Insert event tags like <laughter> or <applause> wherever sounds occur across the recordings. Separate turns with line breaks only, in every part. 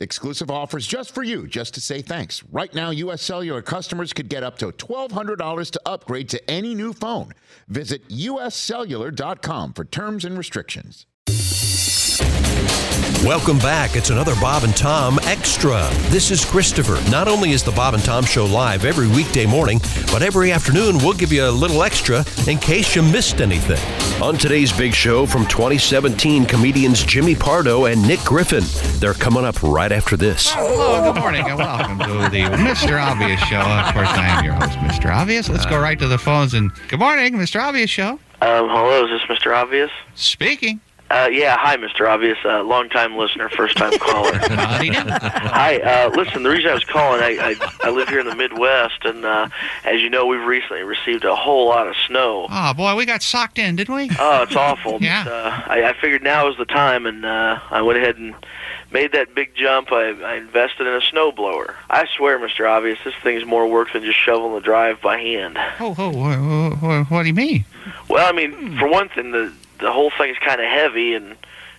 Exclusive offers just for you, just to say thanks. Right now, U.S. Cellular customers could get up to $1,200 to upgrade to any new phone. Visit uscellular.com for terms and restrictions.
Welcome back. It's another Bob and Tom Extra. This is Christopher. Not only is the Bob and Tom Show live every weekday morning, but every afternoon we'll give you a little extra in case you missed anything.
On today's big show from 2017, comedians Jimmy Pardo and Nick Griffin. They're coming up right after this.
Hello, good morning, and welcome to the Mr. Obvious Show. Of course, I am your host, Mr. Obvious. Let's go right to the phones and good morning, Mr. Obvious Show.
Um, hello, is this Mr. Obvious?
Speaking.
Uh, yeah, hi, Mr. Obvious. Uh, long time listener, first
<laughs>
time caller. hi, uh, listen, the reason I was calling, I, I, I live here in the Midwest, and uh, as you know, we've recently received a whole lot of snow.
Oh, boy, we got socked in, didn't we?
Oh, it's awful.
Yeah.
But, uh, I, I figured now is the time, and uh, I went ahead and made that big jump. I, I invested in a snowblower. I swear, Mr. Obvious, this thing's more work than just shoveling the drive by hand.
Oh, oh, oh, oh, oh, what do you mean?
Well, I mean, for one thing, the the whole thing's kind of heavy and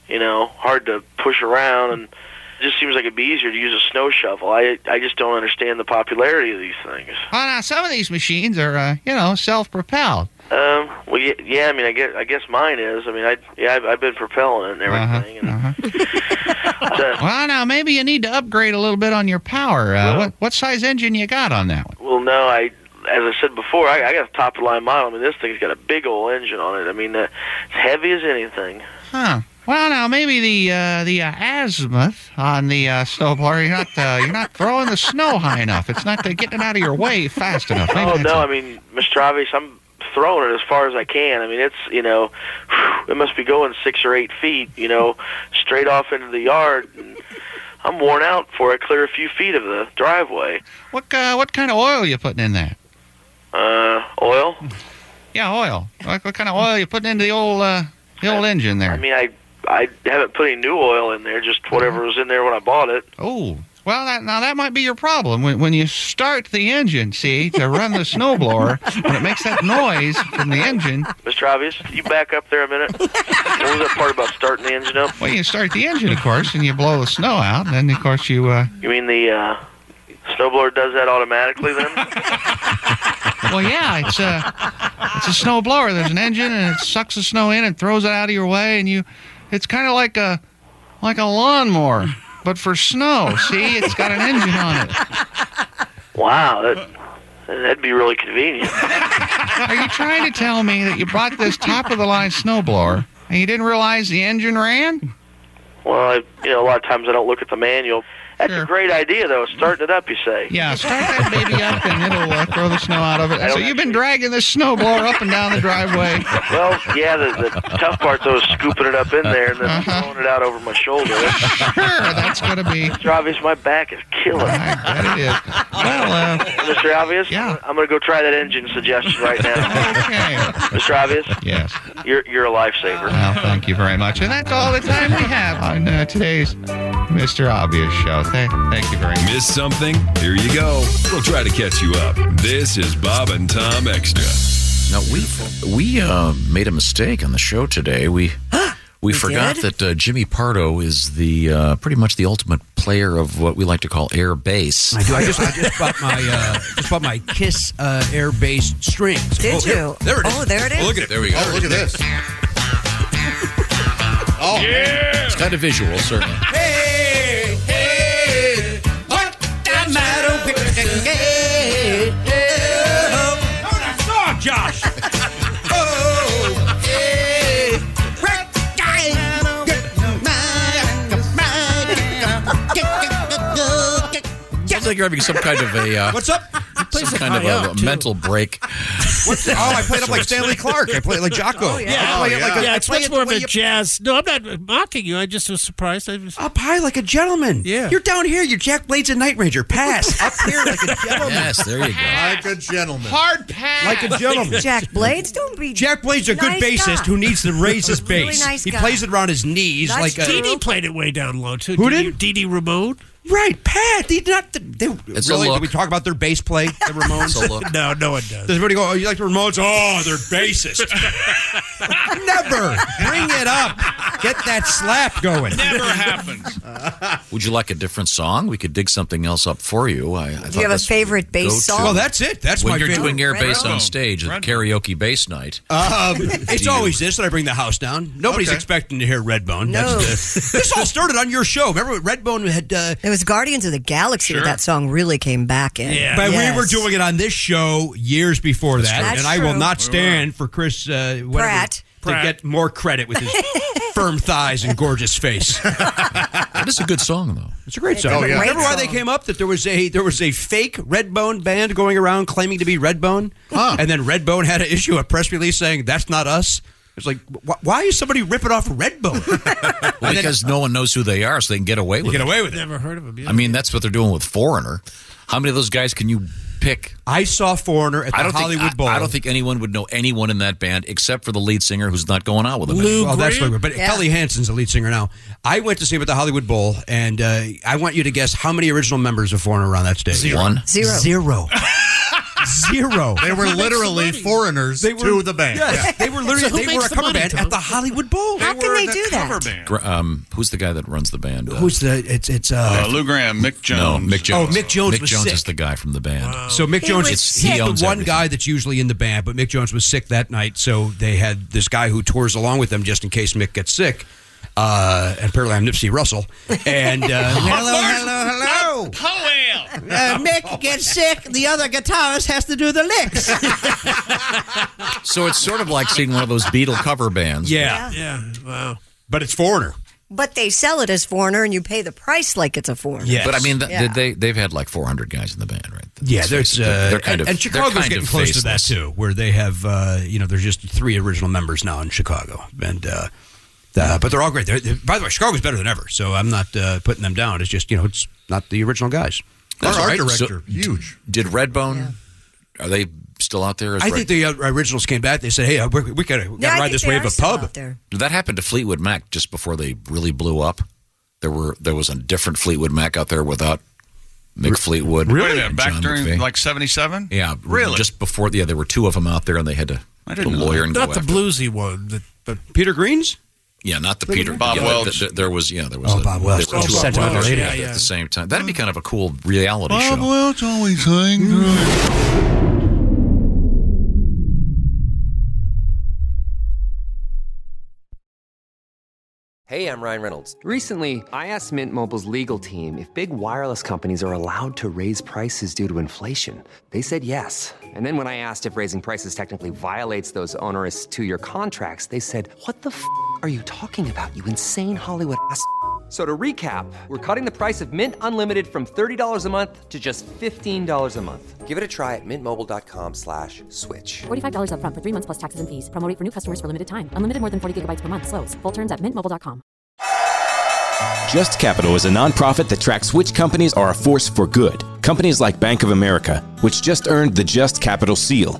you know hard to push around, and it just seems like it'd be easier to use a snow shovel. I I just don't understand the popularity of these things.
Well, now, some of these machines are, uh, you know, self-propelled.
Um, well, ye- yeah, I mean, I guess I guess mine is. I mean, I yeah, I've, I've been propelling it and everything. and uh,
Well, now, maybe you need to upgrade a little bit on your power. Uh, what, what size engine you got on that one?
Well, no, I as I said before, I, I got a top of the line model. I mean, this thing's got a big old engine on it. I mean, uh, it's heavy as anything.
Huh. Well, now maybe the uh, the uh, azimuth on the uh, snowblower. You're not uh, you're not throwing the snow high enough. It's not uh, getting it out of your way fast
<laughs>
enough. Maybe
Oh
that's
no,
it.
I mean, Mr. Obvious, I'm throwing it as far as I can. I mean, it's you know, <sighs> it must be going six or eight feet, you know, straight off into the yard. And I'm worn out before I clear a few feet of the driveway.
What uh, what kind of oil you putting in there?
Uh, oil.
Yeah, oil. What, what kind of <laughs> oil you putting into the old uh, the old engine there?
I mean, I I haven't put any new oil in there. Just whatever was in there when I bought it.
Mm-hmm. Oh, well, that, now that might be your problem. When, when you start the engine, see, to run the snowblower, when it makes that noise from the engine,
Mr. Obvious, can you back up there
<laughs>
a minute. what was that part about starting the engine up?
well, you start the engine, of course, and you blow the snow out, and then, of course, you, uh,
You mean the uh, snowblower does that automatically then?
<laughs> well, yeah, it's a, it's a snowblower. There's an engine, and it sucks the snow in and throws it out of your way, and you, it's kind of like a, like a lawnmower. But for snow, see, it's got an engine on it.
Wow, that, that'd be
<laughs>
really convenient.
Are you trying to tell me that you bought this top of the line snowblower and you didn't realize the engine ran?
Well, I, you know, a lot of times I don't look at the manual. That's
Sure.
a great idea, though. Starting it up, you say.
Yeah, start that baby up and it'll uh, throw the snow out of it. So you've been dragging this snowblower up and down the driveway.
<laughs> Well, yeah. The, the tough part though is scooping it up in there and then
Uh-huh.
throwing it out over my shoulder. That's
Sure, that's going to be.
Mr. Obvious, my back is killing. me.
I bet it is. <laughs> Well, uh,
Mr. Obvious,
Yeah.
I'm gonna go try that engine suggestion right now.
<laughs> okay.
Mr. Obvious,
Yes.
you're you're a lifesaver.
Well, thank you very much. And that's all the time we have on uh, today's Mr. Obvious show. Thank, thank you very much.
Miss something? Here you go. We'll try to catch you up. This is Bob and Tom Extra.
No, we we uh, made a mistake on the show today. We we, forgot
did?
that uh, Jimmy Pardo is the uh, pretty much the ultimate player of what we like to call air bass.
I do. I just I just bought my uh, just bought my Kiss uh, air bass strings.
Did
Oh,
you?
here- There it is.
Oh, there it is.
Look at it. There we go.
Oh, look at this. Oh,
It's kind of visual, certainly.
Hey, hey, what the matter with the gay? Oh, that's song, Josh. oh, hey, what the matter with the mind?
Sounds like you're having some kind of a uh,
What's up? plays
Some
it
kind of
high
a,
up,
a
too.
mental break.
oh,
I played up like Stanley Clark. I played like Jocko.
Oh,
yeah.
I play it like a-
yeah,
I
it's
play
much
it
more of
the way
a
you-
jazz. No, I'm not mocking you. I just was surprised. I was,
Up high like a gentleman.
Yeah.
You're down here. You're Jack Blades and Night Ranger.
<laughs>
Pass. Up here like a
<laughs>
gentleman.
Yes, there you go.
Like a gentleman.
Hard pass.
Like a gentleman.
Jack Blades, don't be.
Jack Blade's a good
Nice
bassist
guy.
who needs to raise his
Really
bass.
nice
he
guy.
plays it around his knees
That's
like a.
true.
Dee played it way down low too.
Who
Dee
did?
Dee Dee Ramone?
Right. Pat. They not. They,
It's a
really?
look.
Did we talk about their bass play?
<laughs>
The Ramones.
So
<laughs>
look,
No, no one does.
Does everybody go? Oh, you like the Ramones? Oh, they're <laughs> bassist.
<laughs>
Never.
Bring it up. Get that slap going.
Never happens.
would you like a different song? We could dig something else up for you. I, I thought
Do you have a
this would
favorite
go
bass
to-
song?
Well, that's it. That's
when
my
you're
favorite.
doing air
Right
bass
on.
on stage at
Right
karaoke bass night. <laughs>
Um, it's
you-
always this that I bring the house down. Nobody's
Okay.
expecting to hear Redbone.
No.
That's the, <laughs> this all started on your show. Remember, when Redbone had. Uh,
It was Guardians of the Galaxy that that song really came back in.
Yeah.
but
Yes.
we were doing it on this show years before that,
true.
and
That's
I will
true.
not stand for Chris uh, whatever,
Pratt.
to
Pratt.
get more credit with
<laughs>
his firm thighs and gorgeous face.
<laughs> That is a good song, though.
It's a great song.
Oh, yeah. Great
Remember why they
song.
came up that there was a there was a fake Redbone band going around claiming to be Redbone, and then Redbone had to issue a press release saying that's not us. It's like wh- why is somebody ripping off Redbone?
Well, because no one knows who they are, so they can get away with
Get
it.
away with it.
Never heard of him.
I mean, that's what they're doing with Foreigner. How many of those guys can you pick?
I saw Foreigner at the
I don't
Hollywood
think I-
Bowl.
I, don't think anyone would know anyone in that band except for the lead singer who's not going out with them. anymore.
Well, Oh, that's
Green?
what, but
Yeah.
Kelly Hansen's the lead singer now. I went to see him at the Hollywood Bowl, and uh, I want you to guess how many original members of Foreigner were on that stage.
One.
Zero.
Zero.
<laughs>
Zero.
They were literally foreigners to the band.
Yes, they were
So
literally
who
they were
makes
a
the
cover
money,
band
Tom?
at the Hollywood Bowl.
How
They
can
were
they
the
do
Cover
that?
band.
Gr- Um, who's the guy that runs the band? Uh,
Who's the? It's it's.
Uh,
Uh, Oh,
Lou Graham, Mick
no,
Jones.
Mick Jones.
Mick Jones
Mick
was
Jones
sick.
is the guy from the band.
so Mick
He
Jones,
was
it's
sick.
the one
He owns
guy that's usually in the band, but Mick Jones was sick that night, so they had this guy who tours along with them just in case Mick gets sick. Uh, and apparently, I'm Nipsey Russell. And uh,
<laughs>
hello, hello, hello.
Hello.
Uh, Mick gets sick. The other guitarist has to do the licks.
So it's sort of like seeing one of those Beatle cover bands.
Yeah,
Yeah. Wow.
but it's foreigner.
But they sell it as foreigner, and you pay the price like it's a foreigner.
Yes.
But I mean, th-
Yeah.
they they've had like 400 guys in the band, right?
Yeah,
Let's
there's
face it,
uh,
they're kind
and,
of
and
they're
Chicago's
kind
getting
of
close to that
faceless.
too, where they have uh, you know there's just three original members now in Chicago, and uh, uh, but they're all great. They're, they're- by the way, Chicago's better than ever, so I'm not uh, putting them down. It's just you know it's not the original guys.
That's
Our
all
art
right. So-
director, huge.
Did Redbone? Are they still out there? Is
I
Red-
think the uh, originals came back. They said, "Hey, uh, we, we gotta, we
Yeah,
gotta
I
ride
think
this
they
wave
are
of
still
pub."
out there.
that happened to Fleetwood Mac just before they really blew up. There were there was a different Fleetwood Mac out there without Mick Fleetwood.
Wait a minute,
and
back
John
during
McVie.
like 77?
yeah,
Really?
just before yeah, there were two of them out there, and they had to
I
the
didn't know
lawyer
that.
and go
Not the
after-
bluesy one. That, but
Peter Green's.
Yeah, not the Peter
Bob
yeah,
Welch.
th- th- there was yeah, there was
Oh,
a,
Bob Welch.
There were
Oh,
two
Bob
Bob
Welch,
yeah,
at
yeah.
the same time. That'd be kind of a cool reality show.
Welch always hanging.
Hey, I'm Ryan Reynolds. Recently, I asked Mint Mobile's legal team if big wireless companies are allowed to raise prices due to inflation. They said yes. And then when I asked if raising prices technically violates those onerous two year contracts, they said, What the f are you talking about, you insane Hollywood ass? f- a-" So to recap, we're cutting the price of Mint Unlimited from $30 a month to just $15 a month. Give it a try at mintmobile.com slash switch.
$45 upfront for three months plus taxes and fees. Promo rate for new customers for limited time. Unlimited more than 40 gigabytes per month. Slows. Full terms at mintmobile.com.
Just Capital is a nonprofit that tracks which companies are a force for good. Companies like Bank of America, which just earned the Just Capital seal.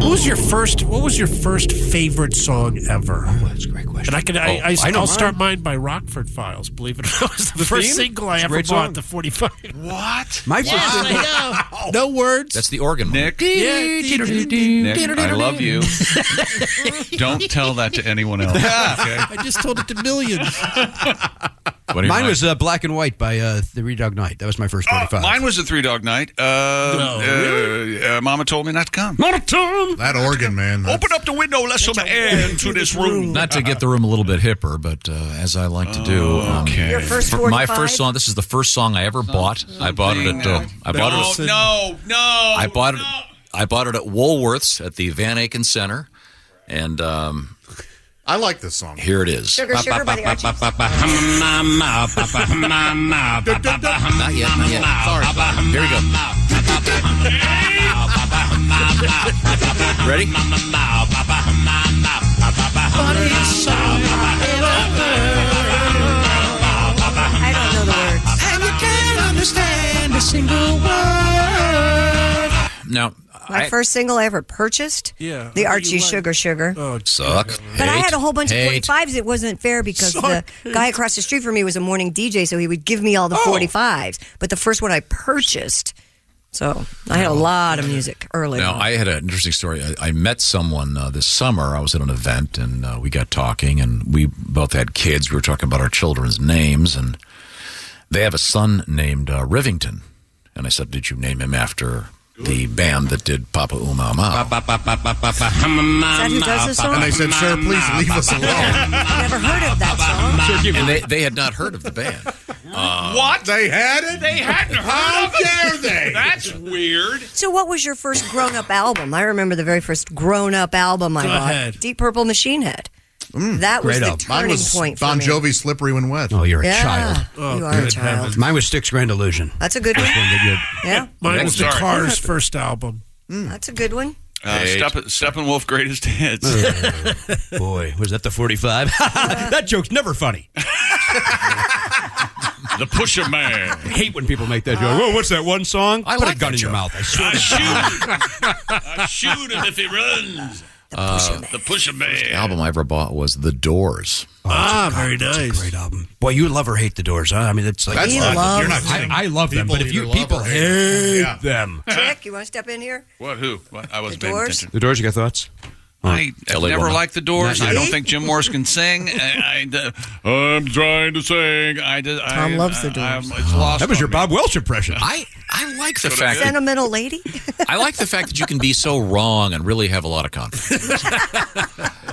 What was your first? What was your first favorite song ever?
That's a great question.
And I can I, I,
I know
will start mine by Rockford Files. Believe it or not, it was the, first single I
It's a
ever
great
bought.
song.
The forty-five.
What?
My first.
I know. <laughs> No words.
That's the organ. one.
Nick,
yeah.
Nick, I
<laughs>
love you.
<laughs>
Don't tell that to anyone else. Okay? <laughs>
I just told it to millions.
What do you
Mine
like?
was uh, Black and White by uh, Three Dog Night. That was my
Oh,
first 25.
Mine was a three dog night. Uh, uh, uh, Mama told me not to come.
Not a time.
That organ, man.
Open up the window. Let some air into this room.
Not to get the room a little bit hipper, but uh, as I like to
Oh,
do. um,
Okay. Your first
for- my
45?
first song. This is the first song I ever bought. I bought it at. Uh, I bought it.
no,
Oh,
no, no.
I bought it. I bought it at Woolworths at the Van Aken Center, and um,
I like this song.
Here it is.
Sugar, sugar by the Archies.
Not yet. Not yet. Sorry. Here we go. Ready?
I don't know the words.
And you can't understand a single word.
Now,
My
I-
first single I ever purchased.
Yeah.
The
Oh,
Archie
you like- Oh,
Sugar Sugar.
Suck.
But I
Hate.
had a whole bunch
Hate.
of 45s. It wasn't fair because
Suck.
the guy across the street from me was a morning DJ, so he would give me
Oh.
all the 45s. But the first one I purchased, so I had a lot of music early.
Now,
on.
I had an interesting story. I, I met someone uh, this summer. I was at an event and uh, we got talking, and we both had kids. We were talking about our children's names, and they have a son named uh, Rivington. And I said, Did you name him after the band that did Papa Uma
that who does this song? And they said, "Sir, please leave us alone."
Never heard of that
song.
And they, they had not heard of the band. Uh,
What?
They had it?
They hadn't heard
How
of it.
dare they?
That's weird.
So, what was your first grown up album? I remember the very first grown up album I
Go
bought
ahead.
Deep Purple Machine Head. that was
great
the
album.
turning
Mine was
point for
Bon
me.
Jovi.
Slippery when wet.
Oh, you're a
Yeah,
child.
Oh,
you are a
good
child.
heavens. Mine was Six Grand Illusion.
That's a good one. Yeah.
Mine was the
Sorry.
Cars first album.
<laughs> That's a
<laughs>
good one.
Uh,
Eight.
Stepp- Steppenwolf greatest hits.
<laughs> Boy, was that the 45? <laughs> that joke's never funny.
the Pusher Man. I
hate when people make that joke. Whoa, what's that one song? I Put a gun in your mouth. I swear. to God.
Shoot him if he runs.
uh,
The Pusher
the
Man.
album I ever bought was The Doors.
Ah, very nice. great album. Boy, you love or hate the Doors, huh? I mean, it's like
That's He not- loves
You're not
them.
I, I love them,
People
but if you
either love
people
or
hate,
hate them. Yeah.
them,
Rick, you want to step in here?
What? Who? What? I was
The
paying
Doors?
attention.
the Doors, you got thoughts?
I
LA
never
woman.
liked the Doors.
Not
I don't
you.
think Jim Morris can
<laughs>
sing. I, am trying to sing. I, did- I,
Tom loves The
I- I'm-
Doors.
it's lost
That was
on
your
me.
Bob Welch impression.
I, I like the fact that
Sentimental lady?
I like the fact that you can be so wrong and really have a lot of confidence.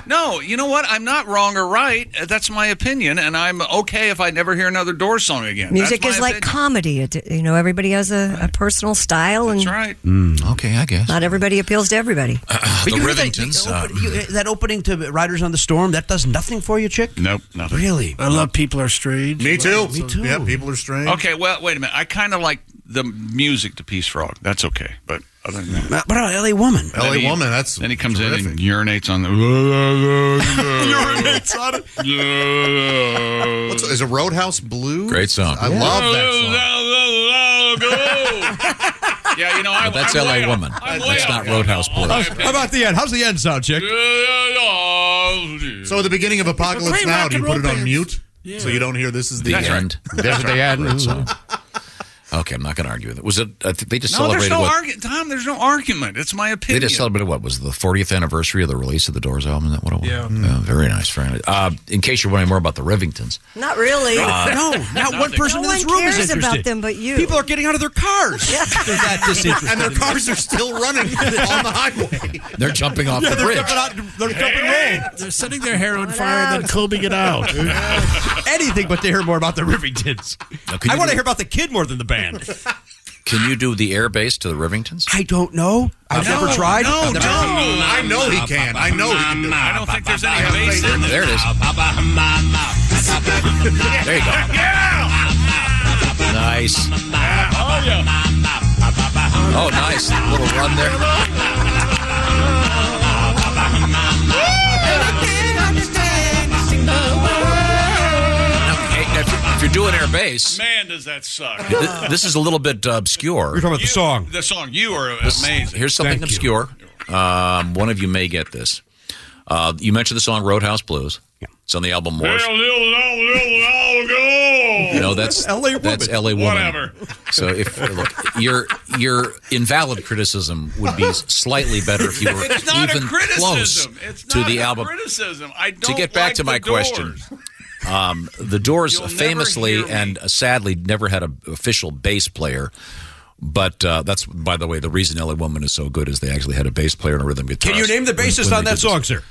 No, you know what? I'm not wrong or right. Uh, That's my opinion, and I'm okay if I never hear another Doors song again.
Music
That's
is
my
like
opinion.
comedy. It, you know, everybody has a, a personal style, and
right.
Mm,
okay, I guess
not everybody appeals to everybody.
But you hear that-
uh,
you- that opening to Riders on the Storm, that does nothing for you, chick?
Nope, nothing.
Really?
I love People Are Strange.
Me too.
Me too.
Yeah, people are strange.
Okay, well, wait a minute. I kind of like the music to Peace Frog. That's okay, but other than that.
But uh, L.A. Woman.
Then he- then he comes in and
<laughs>
urinates on the urinates
on it.
What's, is it Roadhouse Blue?
Great song.
I love that song.
<laughs>
<laughs>
yeah, you know, I,
But that's LA Woman. That's not Roadhouse Blue.
How how about the end? How's the end sound, chick?
So at the beginning of Apocalypse
Great
Now,
rock
do you
and
put
roll
it on mute
bands.
so you don't hear this is the,
That's right.
end?
That's right. Great
song.
song. Okay, I'm not going to argue with it. Was it? I think they just
no, there's
celebrated
no
what?
argument, Tom. There's no argument. It's my
they
opinion.
just celebrated what was the 40th anniversary of the release of the Doors album? Is that what it was? Yeah.
Hmm.
very nice, very nice. Uh, in case you're wondering more about the Rivingtons,
Not really.
Uh,
No, not one person
No
in this
one
room
cares
is interested.
about them, but you.
People are getting out of their cars. <laughs> They're that disinterested.
And their
in them.
cars are still running on the
<laughs>
highway.
they're jumping off
Yeah,
the
they're
bridge.
jumping out. They're jumping roll.
They're setting their hair on fire and then combing it out.
Anything but to hear more about the Rivingtons.
can
I
you
want
do-
to hear about the kid more than the band.
Can you do the air bass to the Rivingtons?
<laughs> I don't know. I've
No,
never tried.
No,
I've
no,
never-
I know he can. I know he can do it.
I don't think there's any bass in
There it is. There you
<laughs>
go. Nice. Oh, nice little run there. Now, hey, if, you're, if you're doing air bass,
Man, does that suck.
th- this is a little bit uh, obscure. We're
talking about the song.
The song. You are
This-
amazing.
Here's something obscure. Um, one of you may get this. Uh, you mentioned the song Roadhouse Blues. It's on the album Morse. No,
<laughs>
that's
L.A. Woman.
That's L.A. Woman.
Whatever.
So if look, your your invalid criticism would be slightly better if you
<laughs>
were
It's not
even
a criticism.
close
It's
to
not
the
a
album.
criticism. I don't
to get back
like
to my
the
question,
Doors.
<laughs> Um, the Doors
You'll never
famously
hear me.
and sadly never had an official bass player. But uh, that's, by the way, the reason LA Woman is so good is they actually had a bass player and a rhythm guitar.
Can you name the bassist on that song, sir?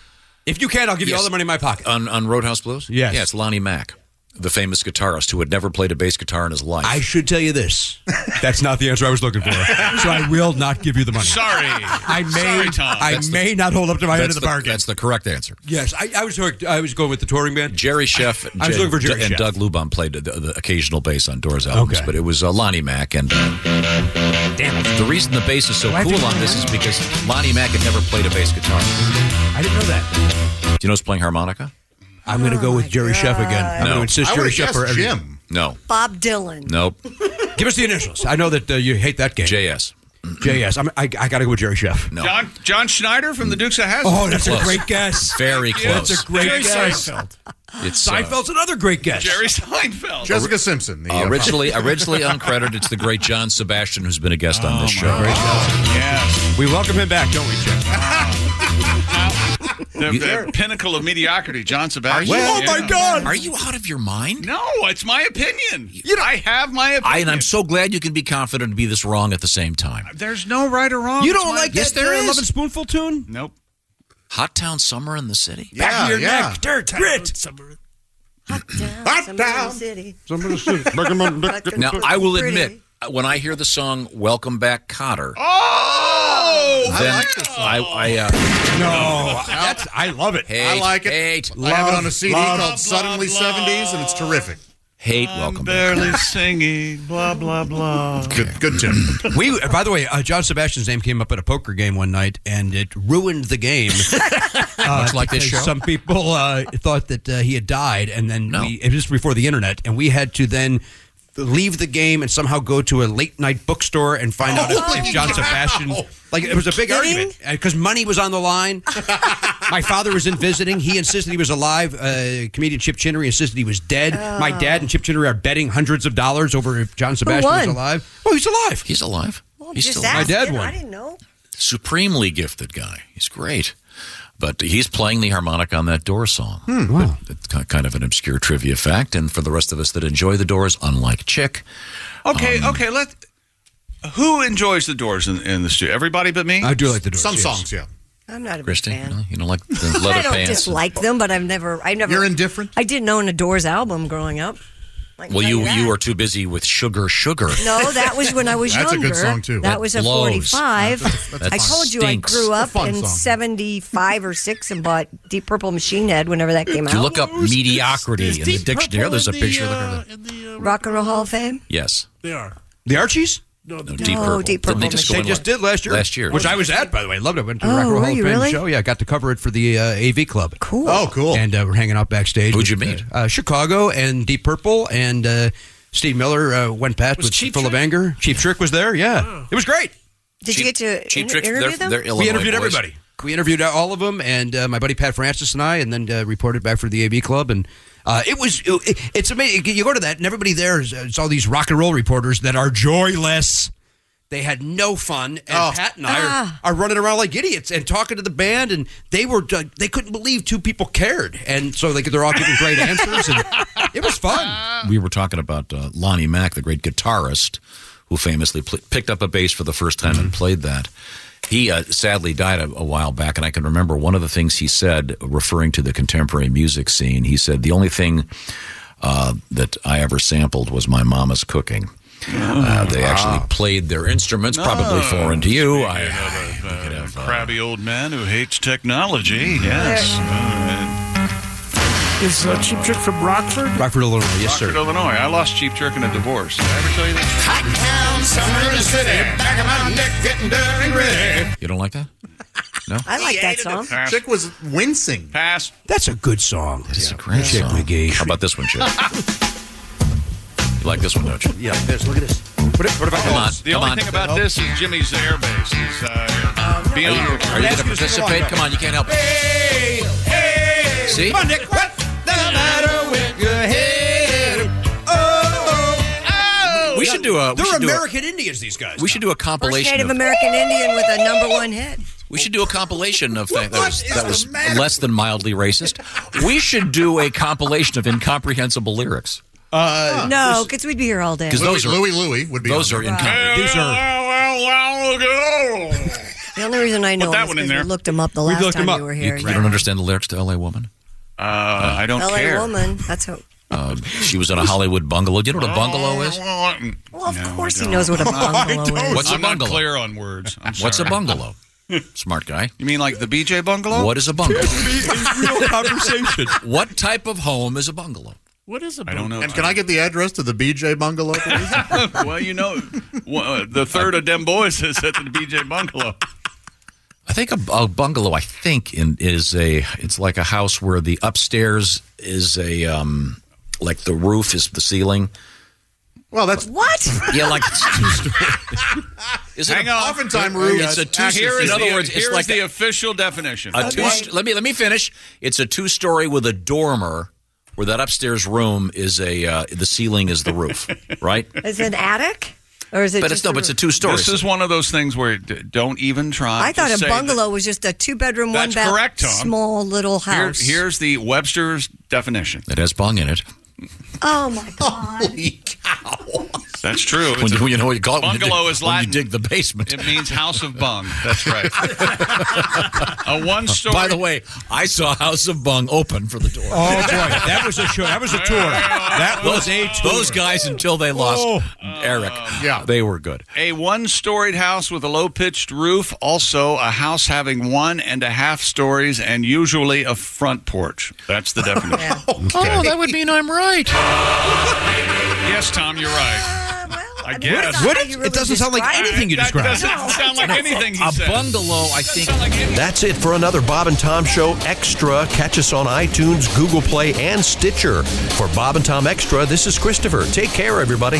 If you can, I'll give you all the money in my pocket.
On, on Roadhouse Blues?
Yes.
Yeah, it's Lonnie Mack, the famous guitarist who had never played a bass guitar in his life.
I should tell you this. <laughs> That's not the answer I was looking for. So I will not give you the money.
Sorry.
I may,
Sorry, Tom.
I
That's the-
may not hold up to my end
That's
of the, bargain.
That's the correct answer.
Yes, I, I was hooked. I was going with the touring band.
Jerry Sheff
I was looking for Jerry
and
Sheff.
Doug Lubon played the, the occasional bass on Doors albums, but it was uh, Lonnie Mack and. Uh, Damn it! The reason the bass is so
Do I have to
cool
do
on this is because Lonnie Mack had never played a bass guitar.
I didn't know that.
Do you know who's playing harmonica?
I'm going to go with Jerry Sheff again. I'm
No.
going to insist
I
Jerry
would've
Sheff for
guessed
every-
Jim. No,
Bob Dylan.
nope.
<laughs> Give us the initials. I know that uh, you hate that game.
JS.
JS. I'm, I, I got to go with Jerry Sheff.
No. Mm.
John John Schneider from the Dukes of Hazzard.
Oh, that's a great guess.
Very close.
That's a great
Jerry
guess.
Seinfeld.
It's, uh,
Seinfeld's another great guess.
Jerry Seinfeld.
Jessica Simpson. The, uh,
<laughs>
<laughs> originally, originally uncredited, it's the great John Sebastian who's been a guest on
Oh,
this show.
Yes. We welcome him back, don't we, Jim?
The, the pinnacle of mediocrity, John Sebastian.
Well, oh my
Yeah.
God. Are you out of your mind?
No, it's my opinion. I have my opinion.
I, and I'm so glad you can be confident and be this wrong at the same time.
There's no right or wrong.
You
It's
don't
my-
like
Yes,
that
there
Jerry
is.
Love and Spoonful tune?
Nope.
Hot town summer in the city.
Back of your
yeah.
neck, dirt, grit.
Hot down. City.
Now I will admit, when I hear the song "Welcome Back, Cotter,"
Oh!
then I, I, uh,
No, that's, I love it.
hate,
I like it.
hate,
I have it on a
Love,
CD
love,
called Suddenly 70s, and it's terrific.
hate. Welcome back. <laughs>
Barely singing, blah, blah, blah.
Good, good tip.
<clears throat> We, by the way, uh, John Sebastian's name came up at a poker game one night, and it ruined the <laughs> game. uh,
Much like this
because
show.
Some people uh, thought that uh, he had died, and then
No.
we, it was before the internet, and we had to then leave the game and somehow go to a late night bookstore and find out
Holy
if, if John
cow.
Sebastian. Like it was a big
Kidding?
argument because money was on the <laughs> line. My father was in visiting. He insisted he was alive. Uh, comedian Chip Chinnery insisted he was dead. My dad and Chip Chinnery are betting hundreds of dollars over if John Sebastian was
won?
alive. Oh, he's alive.
He's alive.
Well,
He's
just
still alive.
My dad
asking.
won.
I didn't know.
supremely gifted guy. He's great. But he's playing the harmonica on that Doors song.
Hmm.
wow.
It's ki- kind of an obscure trivia fact. And for the rest of us that enjoy the Doors, unlike Chick, Um,
Okay, okay, let who enjoys the doors in, in the studio? Everybody but me?
I do like the Doors.
Some
yes.
songs, yeah.
I'm not a big
Christy,
fan.
really? you don't like
<laughs>
the
I
leather
don't
pants.
dislike them, but I've never. I never.
You're indifferent?
I didn't own a Doors album growing up. I can
well,
tell
you
that.
you are too busy with Sugar Sugar.
No, that was when I
<laughs>
was
That's a good
younger.
song, too.
That
That
was at
blows.
45.
That
I told you I
stinks.
grew up
Fun
in
song.
75 or 6 and bought Deep Purple Machine Head whenever that came
If you
out.
look up mediocrity in the dictionary, there's a picture of the-
in the, uh,
Rock and Roll Hall of Fame.
Yes.
they are.
The Archies?
No,
No,
the-
Deep Purple.
Deep
Didn't they
Purple.
just, go
They
in
just
like-
did last year.
Last year.
Which I was at, by the way. Loved it. Went to the
Oh,
Rock and Roll
were
Hall of
you
Fame
really?
show. Yeah, I got to cover it for the uh, AV Club.
Cool.
Oh, cool.
And uh, we're hanging out backstage.
Who'd you
with,
meet?
Uh, uh, Chicago and Deep Purple and uh, Steve Miller uh, went past
Was
with
Cheap
Full of
Trick?
Anger. Cheap Trick was there. Yeah,
Oh.
it was great.
Did you get to
Cheap
in-
Trick,
interview
they're,
them?
they're Illinois
we interviewed
boys.
everybody. We interviewed all of them, and uh, my buddy Pat Francis and I, and then uh, reported back for the AV Club. And uh, it was it, it's amazing. You go to that, and everybody there is uh, it's all these rock and roll reporters that are joyless. They had no fun, and
Oh.
Pat and I
Ah.
are, are running around like idiots and talking to the band, and they were uh, they couldn't believe two people cared, and so they, they're all giving great answers, and it was fun.
we were talking about uh, Lonnie Mack, the great guitarist, who famously pl- picked up a bass for the first time
Mm-hmm.
and played that. He uh, sadly died a, a while back, and I can remember one of the things he said, referring to the contemporary music scene. He said, "The only thing uh, that I ever sampled was my mama's cooking."
Oh.
Uh, they actually
Ah.
played their instruments, probably foreign to you. I,
Ah. Of, uh, crabby old man who hates
Mm-hmm.
technology. Yes. Uh,
Is uh, Cheap Trick from Rockford?
Rockford, Illinois, yes
Rockford,
sir.
Illinois. I lost Cheap Trick in a divorce. Did I ever tell you that?
Hot town, summer in the city. Back of my neck, getting dirty, ready.
you don't like that?
I like that song.
Pass.
Chick was wincing.
Pass.
That's a good song.
It's a great
Chick
song.
McGee.
How about this one, Chip? you like this one, don't you?
Yeah, this, look at this. What, what about
Come on,
Oh, The
come
only
on.
thing about this is Jimmy's airbase. Is,
Um,
uh, be on your-
Are you going to
That's Mr.
participate?
Longo.
Come on, you can't help it. See?
Come on, Nick. What the matter with your head? Oh, oh.
We should do a. We
They're
should do a,
American Indians, these guys.
we should do a
First
compilation.
Native
Of,
American Indian with a number one hit.
We should do a compilation of things. That was,
is
that
the
was
matter?
less than mildly racist. We should do a compilation of incomprehensible lyrics.
Uh, no, because we'd be here all day.
Because those are
Louis Louie would be
those are incomprehensible. These are
The only reason I know
that
is
one in
'cause
there.
we looked him up the
We
last
looked
time
'em
you
up.
were
You,
here.
you don't understand the lyrics to "L.A. Woman."
Uh, I don't
LA
care.
woman. That's how.
Um, she was in a Hollywood bungalow. Do you know what a
Oh,
bungalow <laughs> is?
Well, of course he
<laughs>
knows what a bungalow is.
What's a
I'm not
bungalow?
clear on words. I'm
What's a
sorry. <laughs>
bungalow? Smart guy.
You mean like the BJ bungalow?
What is
<laughs>
a bungalow?
real <laughs>
<laughs>
conversation.
What type of home is a bungalow?
What is a
I don't know.
And can I get the address to the BJ bungalow? please?
<laughs> well, you know, well, uh, the third of them boys is at the BJ bungalow.
I think a, a bungalow. I think in, is a. It's like a house where the upstairs is a. Um, like the roof is the ceiling.
well,
<laughs>
that's
<laughs>
what.
Yeah, like it's two story. Is
Hang on.
Oftentimes, Rube,
It's a two.
Here is
in other
the,
words, it's
here is
like
the official definition.
a two. Let me let me finish. It's a two story with a dormer, where that upstairs room is a. Uh, the ceiling is the roof, <laughs> right?
Is it an attic? Or is it
But
just
it's no,
a
but it's a
room?
two story.
This is one of those things where d- don't even try.
I thought
to
a
say
bungalow was just a two bedroom, one
That's
bath,
correct, Tom.
small little
that- here-
house.
<laughs> here's the Webster's definition.
It has bung in it.
Oh my god!
That's true.
When you, you know what you call it. when you dig-
Bungalow is
when
Latin.
you dig the basement.
It means house of bung. That's right. <laughs> a one story.
By the way, I saw House of Bung open for the door.
Oh boy, that was a show. That was a tour. That was a tour.
Those guys, until they lost Eric, yeah. they were good.
Oh. Um, A one storied house with a low pitched roof, also a house having one and a half stories and usually a front porch. That's the definition.
Oh, that would mean I'm right.
<laughs> Yes, Tom, you're right. I guess.
What? It, it doesn't sound like anything you
That
described.
doesn't sound like anything he
A
said.
bungalow, I think.
That's it for another Bob and Tom Show Extra. Catch us on iTunes, Google Play, and Stitcher. For Bob and Tom Extra, this is Christopher. Take care, everybody.